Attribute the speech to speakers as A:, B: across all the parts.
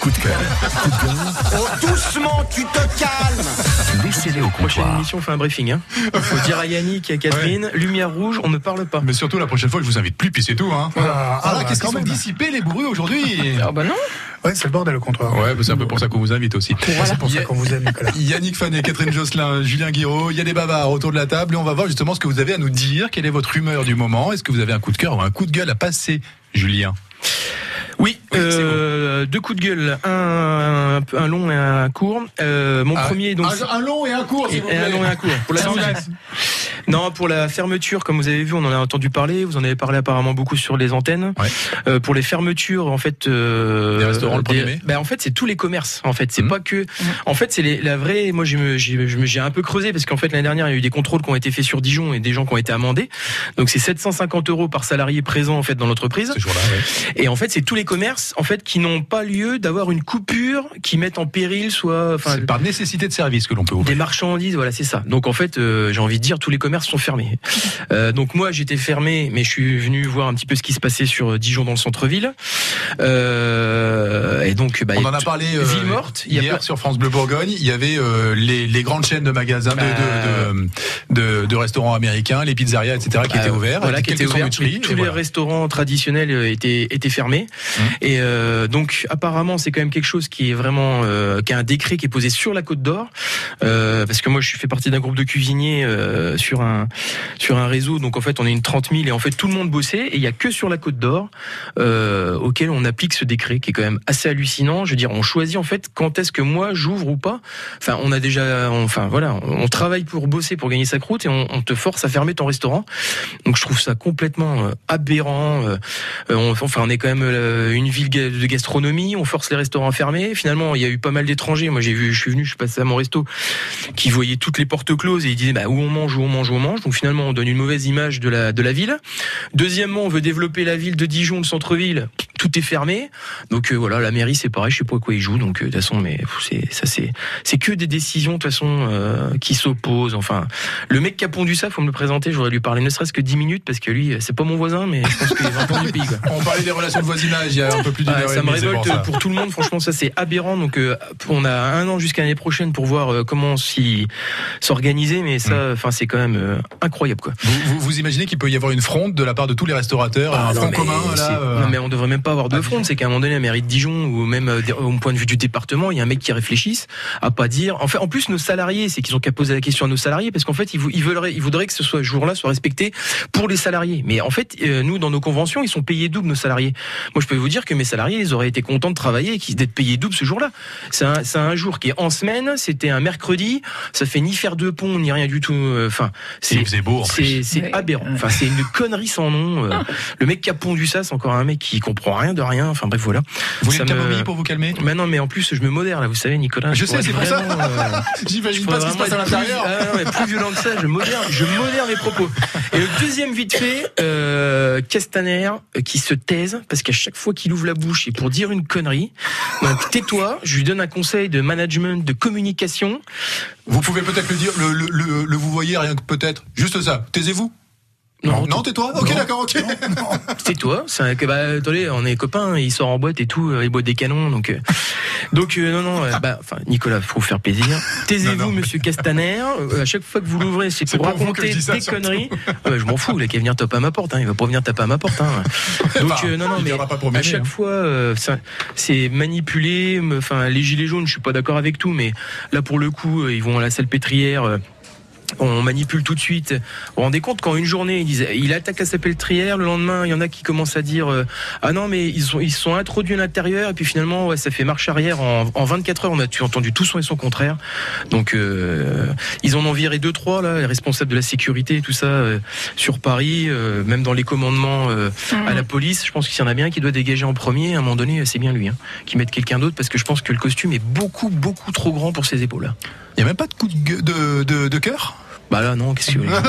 A: Coup de cœur, coup de gueule,
B: Oh, doucement, tu te calmes
A: laissez-les au
C: Prochaine
A: comptoir.
C: émission, on fait un briefing. Hein. Faut dire à Yannick et à Catherine, lumière rouge, on ne parle pas.
D: Mais surtout, la prochaine fois, je vous invite plus, puis c'est tout. Hein. Ah,
E: ah,
D: là,
E: bah,
D: qu'est-ce
E: quand
D: qu'ils sont
E: même.
D: dissipés, les bourrus, aujourd'hui
C: Ah bah non
E: Ouais, c'est le bordel au comptoir.
D: Ouais, bah, c'est un peu pour ça qu'on vous invite aussi.
E: C'est pour ça qu'on vous aime, Nicolas.
D: Yannick Fanet, Catherine Josselin, Julien Guiraud, il y a des bavards autour de la table et on va voir justement ce que vous avez à nous dire, quelle est votre humeur du moment, est-ce que vous avez un coup de cœur ou un coup de gueule à passer, Julien Oui,
C: Oui,
D: c'est
C: euh, deux coups de gueule, un, un long et un court. Euh,
D: Ah,
C: mon premier, donc.
D: un, un long et un court, s'il vous
C: et un
D: plaît.
C: long et un court. Pour la non, pour la fermeture, comme vous avez vu, on en a entendu parler. Vous en avez parlé apparemment beaucoup sur les antennes.
D: Ouais.
C: Euh, pour les fermetures, en fait, euh,
D: Des restaurants le
C: des-
D: 1er mai
C: ben, en fait, c'est tous les commerces. En fait, c'est
D: Mhm.
C: pas que. En fait, c'est les- la vraie. Moi, j'ai me- j'ai je me- j'ai un peu creusé parce qu'en fait, l'année dernière, il y a eu des contrôles qui ont été faits sur Dijon et des gens qui ont été amendés. Donc, c'est 750 euros par salarié présent en fait dans l'entreprise.
D: Ce jour-là, ouais.
C: Et en fait, c'est tous les commerces en fait qui n'ont pas lieu d'avoir une coupure qui mette en péril soit enfin
D: c'est par nécessité de service que l'on peut ouvrir.
C: des marchandises, voilà, c'est ça. Donc en fait, euh, j'ai envie de dire, tous les commerces sont fermés. Euh, donc moi, j'étais fermé, mais je suis venu voir un petit peu ce qui se passait sur euh, Dijon dans le centre-ville. Euh, et donc, bah, il
D: On
C: y a
D: en a
C: tout-
D: parlé euh,
C: Ville morte, il y a
D: hier
C: plein-
D: sur France Bleu Bourgogne. Il y avait euh, les, les grandes chaînes de magasins, de-
C: Bah-
D: de, de, de, de restaurants américains, les pizzerias, etc., qui
C: Bah,
D: étaient ouverts.
C: voilà, qui
D: quelques
C: étaient ouverts.
D: sandwicheries,
C: mais
D: et
C: Tous les
D: voilà.
C: restaurants traditionnels euh, étaient étaient fermés.
D: Mhm.
C: Et euh, donc apparemment, c'est quand même quelque chose qui est vraiment euh, qui a un décret qui est posé sur la Côte d'Or, Euh, parce que moi, je fais partie d'un groupe de cuisiniers euh, sur un sur un réseau. Donc en fait, on est une 30 000 et en fait tout le monde bossait. Et il y a que sur la Côte d'Or euh, auquel on applique ce décret, qui est quand même assez hallucinant. Je veux dire, on choisit en fait quand est-ce que moi j'ouvre ou pas. Enfin, on a déjà, on- enfin voilà, on travaille pour bosser pour gagner sa croûte et on- on te force à fermer ton restaurant. Donc je trouve ça complètement euh, aberrant. Euh, euh, on, enfin, on est quand même euh, une ville ga- de gastronomie. On force les restaurants à fermer. Finalement, il y a eu pas mal d'étrangers. Moi, j'ai vu, je suis venu, je suis passé à mon resto, qui voyait toutes les portes closes et ils disaient bah, où on mange, où on mange, où on mange. Donc finalement, on donne une mauvaise image de la de la ville. Deuxièmement, on veut développer la ville de Dijon, le centre-ville. Tout est fermé. Donc euh, voilà, la mairie, c'est pareil. Je sais pas à quoi ils jouent. Donc euh, de toute façon, mais pff, c'est ça, c'est c'est que des décisions de toute façon euh, qui s'opposent. Enfin, le mec qui a pondu ça, faut me le présenter. J'aurais lui parler ne serait-ce que 10 minutes parce que lui, euh, c'est pas mon voisin, mais je pense qu'il est 20 ans du pays. quoi.
D: On parlait des relations de voisinage il y a un peu plus d'une
C: Ah,
D: heure et
C: ça me
D: demie, c'est pour
C: révolte
D: ça.
C: pour tout le monde. Franchement, ça c'est aberrant. Donc, euh, on a un an jusqu'à l'année prochaine pour voir euh, comment s'y- s'organiser. Mais
D: Hmm.
C: ça, enfin, c'est quand même euh, incroyable, quoi.
D: Vous, vous- vous imaginez qu'il peut y avoir une fronde de la part de tous les restaurateurs, un front
C: mais
D: commun
C: c'est-
D: là euh,
C: Ah, non, mais on devrait même pas avoir de fronde. C'est qu'à un moment donné, la mairie de Dijon ou même euh, des- au point de vue du département, il y a un mec qui réfléchisse à pas dire. En fait, en plus, nos salariés, c'est qu'ils ont qu'à poser la question à nos salariés parce qu'en fait, ils, vou- ils veulent, ils voudraient que ce soit jour-là soit respecté pour les salariés. Mais en fait, euh, nous, dans nos conventions, ils sont payés double nos salariés. Moi, je peux vous dire que mes salariés, ils auraient été contents de travailler et qu'ils- d'être payés double ce jour-là. C'est un, c'est un jour qui est en semaine. C'était un mercredi. Ça fait ni faire de pont ni rien du tout. euh, Enfin,
D: Et Il faisait beau en plus.
C: c'est c'est
F: Ouais.
C: aberrant. Enfin, c'est une connerie sans nom. Euh, Le mec qui a pondu ça, c'est encore un mec qui comprend rien de rien. Enfin bref, voilà.
D: Vous voulez
C: ça
D: une camomille
C: me-
D: pour vous calmer
C: Mais non, mais en plus, je me modère là. Vous savez, Nicolas.
D: Je sais,
C: pourrais
D: c'est pour ça.
C: vraiment, euh,
D: J'imagine
C: je
D: pas
C: pourrais
D: ce qui se passe à
C: vraiment être plus-
D: l'intérieur.
C: Ah non, mais plus violent que ça, je modère, je modère mes propos. Et le deuxième vite fait, euh, Castaner euh, qui se taise parce qu'à chaque fois qu'il ouvre la bouche et pour dire une connerie, donc tais-toi. Je lui donne un conseil de management, de communication.
D: Vous pouvez peut-être le dire, le, le, le, le vous voyez rien que peut-être. Juste ça. Taisez-vous.
C: Non,
D: non tais-toi. Ok,
C: Non.
D: d'accord, ok.
C: C'est toi, c'est un- que bah attendez, on est copains, hein, il sort en boîte et tout, euh, il boit des canons, donc euh, donc euh, non non, euh, bah enfin Nicolas, faut vous faire plaisir.
D: Non,
C: Taisez-vous,
D: non, mais-
C: Monsieur Castaner. euh, à chaque fois que vous l'ouvrez, c'est
D: C'est
C: pour
D: pour vous que
C: raconter
D: je dis ça,
C: des
D: surtout.
C: conneries. Ah bah, je m'en fous, il a qu'à venir taper à ma porte, hein, il va pas venir taper à ma porte. Hein. Donc
D: Enfin,
C: euh, non non,
D: bah, il
C: mais
D: viendra pas promener,
C: à chaque
D: hein.
C: fois, euh, ça- c'est manipulé. me- Enfin les gilets jaunes, je suis pas d'accord avec tout, mais là pour le coup, euh, ils vont à la salle pétrière. euh, on manipule tout de suite. Vous vous rendez compte quand une journée ils disent, il attaque la sapeltrière, le lendemain il y en a qui commencent à dire euh, ah non mais ils sont ils se sont introduits à l'intérieur et puis finalement ouais, ça fait marche arrière en, en 24 heures on a tu- entendu tout son et son contraire. Donc euh, ils en ont viré deux trois là les responsables de la sécurité et tout ça euh, sur Paris euh, même dans les commandements euh, à la police je pense qu'il y en a bien un qui doit dégager en premier à un moment donné c'est bien lui hein, qui mette quelqu'un d'autre parce que je pense que le costume est beaucoup beaucoup trop grand pour ses épaules. hein.
D: Il n'y a même pas de coup de, gueu- de, de, de cœur
C: Bah là, non, qu'est-ce que vous voulez que je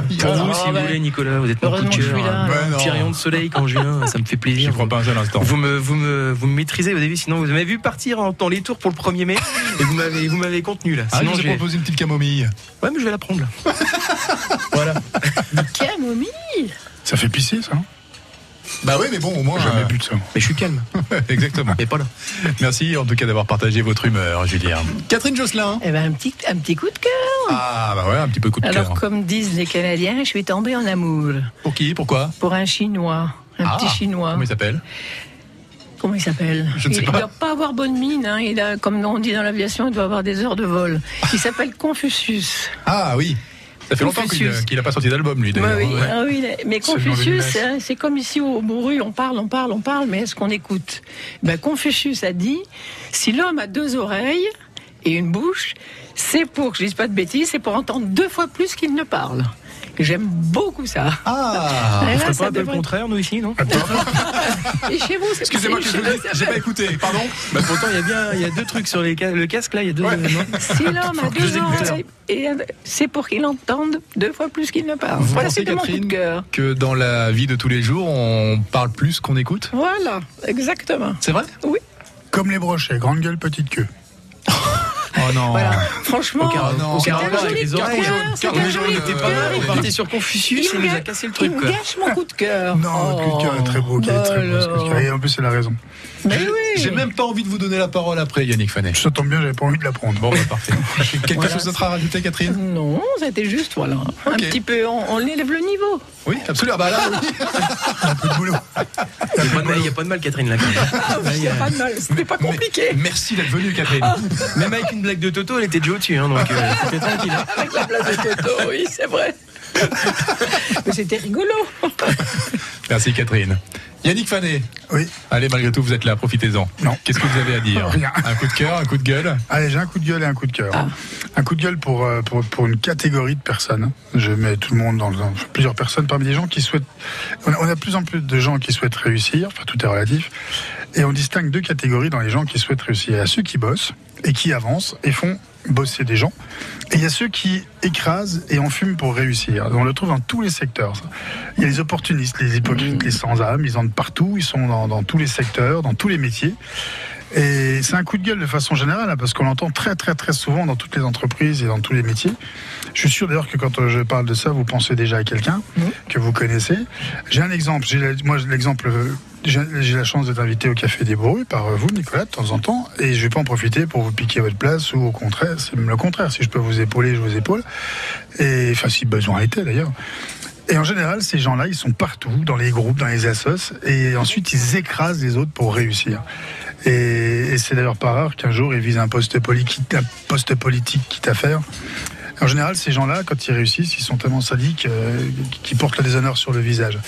C: vous dise, euh, Pour
F: Ah,
C: vous, si
F: bah,
C: vous voulez, Nicolas, vous êtes mon coup de
F: heureusement que je
C: cœur,
F: suis là,
C: hein.
D: alors.
C: Petit
D: Ouais, non.
C: rayon de soleil quand je viens, ça me fait
D: J'y
C: plaisir.
D: crois pas un seul instant.
C: Vous me, vous me, vous me maîtrisez au début, sinon vous m'avez vu partir en- dans les tours pour le 1er mai et vous m'avez, vous m'avez contenu là.
D: Ah, je
C: Sinon,
D: vous ai
C: j'ai-
D: proposé une petite camomille.
C: ouais, mais je vais la prendre. là. voilà.
F: Camomille
E: Ça fait pisser, ça. hein
D: Bah oui, mais bon, au moins.
E: Jamais
D: euh,
E: bu de ça.
C: Mais je suis calme,
D: Exactement.
C: mais pas là.
D: Merci en tout cas d'avoir partagé votre humeur, Julien. Catherine Josselin.
F: Eh ben, un, petit, un petit coup de cœur.
D: Ah, bah ouais, un petit peu coup de
F: Oh. Alors,
D: cœur.
F: comme disent les Canadiens, je suis tombée en amour
D: Pour qui Pourquoi
F: pour un Chinois. Un
D: Ah,
F: petit Chinois.
D: Comment il s'appelle
F: Comment il s'appelle
D: Je ne sais
F: Il
D: pas.
F: doit pas avoir bonne mine. hein. Il a, comme on dit dans l'aviation, il doit avoir des heures de vol. Il s'appelle Confucius.
D: Ah oui. Ça fait longtemps qu'il
F: Confucius.
D: qu'il a pas sorti d'album, lui, d'ailleurs.
F: oui, oui.
D: Ouais.
F: Ah oui, là- mais
E: C'est le nom d'une
F: Confucius,
E: messe.
F: hein, c'est comme ici au Bourru, on parle, on parle, on parle, mais est-ce qu'on écoute ben, Confucius a dit si l'homme a deux oreilles et une bouche, c'est pour, je dis pas de bêtises, c'est pour entendre deux fois plus qu'il ne parle. J'aime beaucoup ça.
D: Ah
F: Et
C: On
F: là,
C: ferait
F: ça
C: pas un peu le
F: devrait-
C: contraire, nous, ici, non
F: Et chez vous, c'est
D: Excusez-moi que
F: c'est-
D: je vous
F: chez-
D: le dise, j'ai pas écouté, pardon.
C: Bah, Pourtant, il y a bien il y a deux trucs sur les ca- le casque, là, il y a deux euh, événements.
F: Si l'homme a
D: je les
F: deux
D: écoute.
F: oreilles, et un- c'est pour qu'il entende deux fois plus qu'il ne parle.
D: Vous
F: Voilà,
D: pensez,
F: c'était mon coup de
D: Catherine,
F: cœur.
D: que dans la vie de tous les jours, on parle plus qu'on écoute
F: Voilà, exactement.
D: C'est vrai
F: Oui.
E: Comme les brochets, grande gueule, petite queue.
D: Oh non.
F: Voilà. Franchement,
D: Ah non,
C: Au
D: c'est
C: Caroline,
D: un joli
C: avec les
D: carton
C: oreilles.
F: cœur,
D: jaune,
F: c'est
D: carton
F: un
D: jaune,
F: joli
D: euh,
F: cœur,
D: ouais.
C: On partait sur
F: il
C: Confucius,
F: me
C: il nous a
F: gâche-
C: cassé le truc,
F: il me
C: quoi.
F: gâche mon coup de cœur.
E: Non, le coup de cœur est très beau, qui est très beau. ce coup de cœur. Et en plus, c'est la raison.
F: Mais
D: J'ai-
F: Bah oui.
D: J'ai même pas envie de vous donner la parole après, Yannick Fanet.
E: Ça tombe bien, j'avais pas envie de la prendre.
D: Bon, bah, parfait. Quelque
F: Voilà.
D: chose d'autre à rajouter, Catherine
F: Non, c'était juste, voilà. Un
D: Ok.
F: petit peu, on, on élève le niveau.
D: Oui, absolument. Ah bah là, oui.
E: Peu de boulot.
C: Il n'y a, pas de mal- il y a pas de mal, Catherine, là. quand même.
F: Ah, oui, c'est pas mal, c'était pas compliqué. Ah.
D: Merci d'être venu, Catherine.
C: Même avec une blague de Toto, elle était déjà au-dessus, hein, donc euh, c'était tranquille.
F: Avec la place de Toto, oui, c'est vrai. Mais c'était rigolo.
D: Merci, Catherine. Yannick Fanet.
E: Oui.
D: Allez, malgré tout, vous êtes là, profitez-en.
E: Non.
D: Qu'est-ce que vous avez à dire
E: Rien.
D: Un coup de cœur, un coup de gueule
E: Allez, j'ai un coup de gueule et un coup de cœur. Un coup de gueule pour, euh, pour, pour une catégorie de personnes. Je mets tout le monde dans, dans plusieurs personnes parmi les gens qui souhaitent. On a, on a de plus en plus de gens qui souhaitent réussir, enfin tout est relatif. Et on distingue deux catégories dans les gens qui souhaitent réussir. Il y a ceux qui bossent et qui avancent et font bosser des gens. Et il y a ceux qui écrasent et en fument pour réussir. On le trouve dans tous les secteurs. ça. Il y a les opportunistes, les hypocrites, les sans-âme, ils en ont partout, ils sont dans- dans tous les secteurs, dans tous les métiers. Et c'est un coup de gueule de façon générale, hein, parce qu'on l'entend très très très souvent dans toutes les entreprises et dans tous les métiers. Je suis sûr d'ailleurs que quand euh, je parle de ça, vous pensez déjà à quelqu'un que vous connaissez. J'ai un exemple, j'ai la- moi j'ai l'exemple, euh, j'ai j'ai la chance d'être invité au Café des Bourrues par euh, vous, Nicolas, de temps en temps, et je vais pas en profiter pour vous piquer votre place, ou au contraire, c'est même le contraire, si je peux vous épauler, je vous épaule. Et enfin, si besoin était d'ailleurs. Et en général, ces gens-là, ils sont partout, dans les groupes, dans les assos, et ensuite ils écrasent les autres pour réussir. Et, et c'est d'ailleurs pas rare qu'un jour ils visent un poste, poli- quitte- un poste politique quitte à faire. En général, ces gens-là, quand ils réussissent, ils sont tellement sadiques euh, qu'ils portent le déshonneur sur le visage.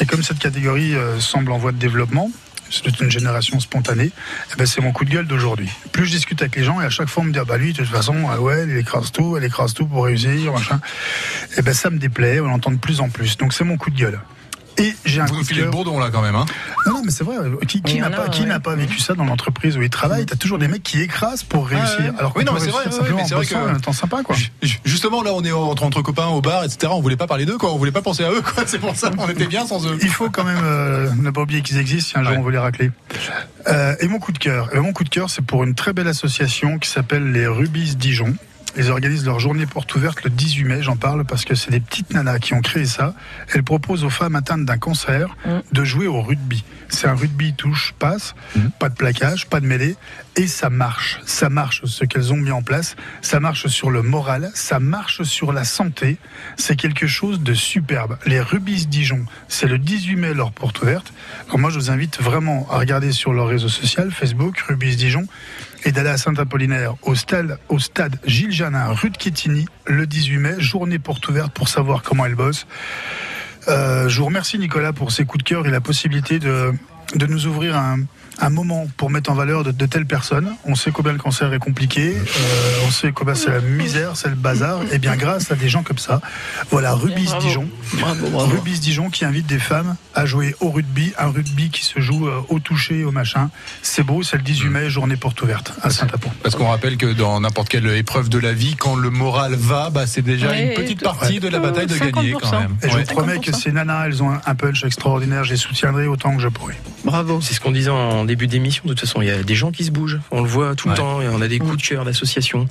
E: Et comme cette catégorie euh, semble en voie de développement, c'est une génération spontanée, eh ben, c'est mon coup de gueule d'aujourd'hui. Plus je discute avec les gens, et à chaque fois on me dit, ah bah lui, de toute façon, ah ouais, il écrase tout, elle écrase tout pour réussir, machin. Eh ben, ça me déplaît, on l'entend de plus en plus. Donc c'est mon coup de gueule. Et j'ai un
D: Vous
E: coup
D: nous
E: de
D: filez le
E: cœur.
D: bourdon, là, quand même. Hein.
E: Non, non, mais c'est vrai. euh, Qui, qui
F: Il y
E: n'a
F: en a,
E: pas, qui
F: ouais.
E: n'a pas vécu ça dans l'entreprise où il travaille T'as toujours des mecs qui écrasent pour réussir.
D: ouais.
E: Alors que
D: Oui, non,
E: tu
D: mais
E: peux
D: c'est vrai,
E: réussir
D: ouais,
E: simplement
D: mais c'est
E: en
D: vrai
E: bossant
D: que-
E: et en étant sympa, quoi.
D: Ju- ju- Justement, là, on est entre, entre copains, au bar, etc. On voulait pas parler d'eux, quoi. On voulait pas penser à eux, quoi. C'est pour ça qu'on était bien sans eux.
E: Il faut quand même euh, ne pas oublier qu'ils existent si un jour
D: Ouais.
E: on veut les racler. Euh, et mon coup de cœur Eh ben, Mon coup de cœur, c'est pour une très belle association qui s'appelle les Rubis Dijon. Ils organisent leur journée porte ouverte le 18 mai, j'en parle parce que c'est des petites nanas qui ont créé ça. Elles proposent aux femmes atteintes d'un cancer de jouer au rugby. C'est un rugby touche, passe, pas de plaquage, pas de mêlée, et ça marche. Ça marche ce qu'elles ont mis en place, ça marche sur le moral, ça marche sur la santé. C'est quelque chose de superbe. Les Rubis Dijon, c'est le 18 mai leur porte ouverte. Alors moi je vous invite vraiment à regarder sur leur réseau social, Facebook, Rubis Dijon, et d'aller à Saint-Apollinaire au stade, au stade Gilles Janin, rue de Quétigny, le 18 mai, journée porte ouverte pour savoir comment elles bossent. Euh, je vous remercie Nicolas pour ces coups de cœur et la possibilité de, de nous ouvrir un, un moment pour mettre en valeur de, de telles personnes. On sait combien le cancer est compliqué, euh, on sait combien c'est la misère, c'est le bazar, et bien grâce à des gens comme ça. Voilà, Rubis
F: bravo.
E: Dijon.
F: Bravo,
E: Rubis Dijon qui invite des femmes à jouer au rugby, un rugby qui se joue euh, au toucher, au machin. C'est beau, c'est le 18
F: Mm.
E: mai, journée porte ouverte à Saint-Apon.
D: Parce qu'on rappelle que dans n'importe quelle épreuve de la vie, quand le moral va, bah, c'est déjà
F: Ouais,
D: une petite
F: tout-
D: partie de la
F: tout-
D: bataille de gagner, quand
F: 50%.
D: même.
E: Et je
D: Ouais.
E: vous promets que
F: 50%.
E: ces nanas, elles ont un- un punch extraordinaire, je les soutiendrai autant que je pourrai.
C: Bravo. C'est ce qu'on disait en début d'émission. De toute façon, il y a des gens qui se bougent. On le voit tout
D: Ouais.
C: le temps. Et euh, on a des coups de cœur d'association.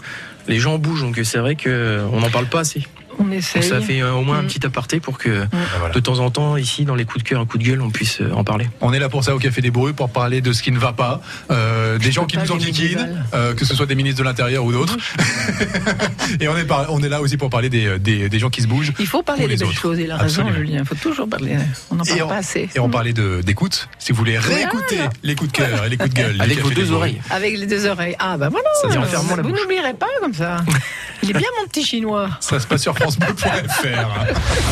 C: Les gens bougent, donc c'est vrai que on n'en parle pas assez.
F: On essaye.
C: Ça fait euh, au moins un
F: Mm.
C: petit aparté pour que
D: Ah, voilà.
C: de temps en temps, ici, dans les coups de cœur, coups de gueule, on puisse euh, en parler.
D: On est là pour ça au Café des Bourrues, pour parler de ce qui ne va pas, euh, des gens
F: peux
D: qui
F: pas
D: nous en
F: les
D: enquiquinent,
F: médiévales.
D: euh, que ce soit des ministres de l'Intérieur ou d'autres. et on est, par- on est là aussi pour parler des, des- des gens qui se bougent.
F: Il faut parler
D: Pour
F: des
D: les
F: belles
D: autres.
F: choses, il a raison,
D: Absolument.
F: Julien. Il faut toujours parler. On n'en
D: Et
F: parle
D: on,
F: pas assez.
D: et on parlait de- d'écoute. Si vous voulez réécouter les coups de cœur et les coups de gueule. du
C: Avec
D: Café
C: vos
D: des
C: deux
D: Bourrues.
C: oreilles.
F: Avec les deux oreilles. Ah, ben voilà.
C: Ça dit en
F: euh,
C: fermant la
F: vous
C: bouche.
F: n'oublierez pas comme ça. Il est bien, mon petit chinois.
D: Ça se passe sur FranceBleu.fr.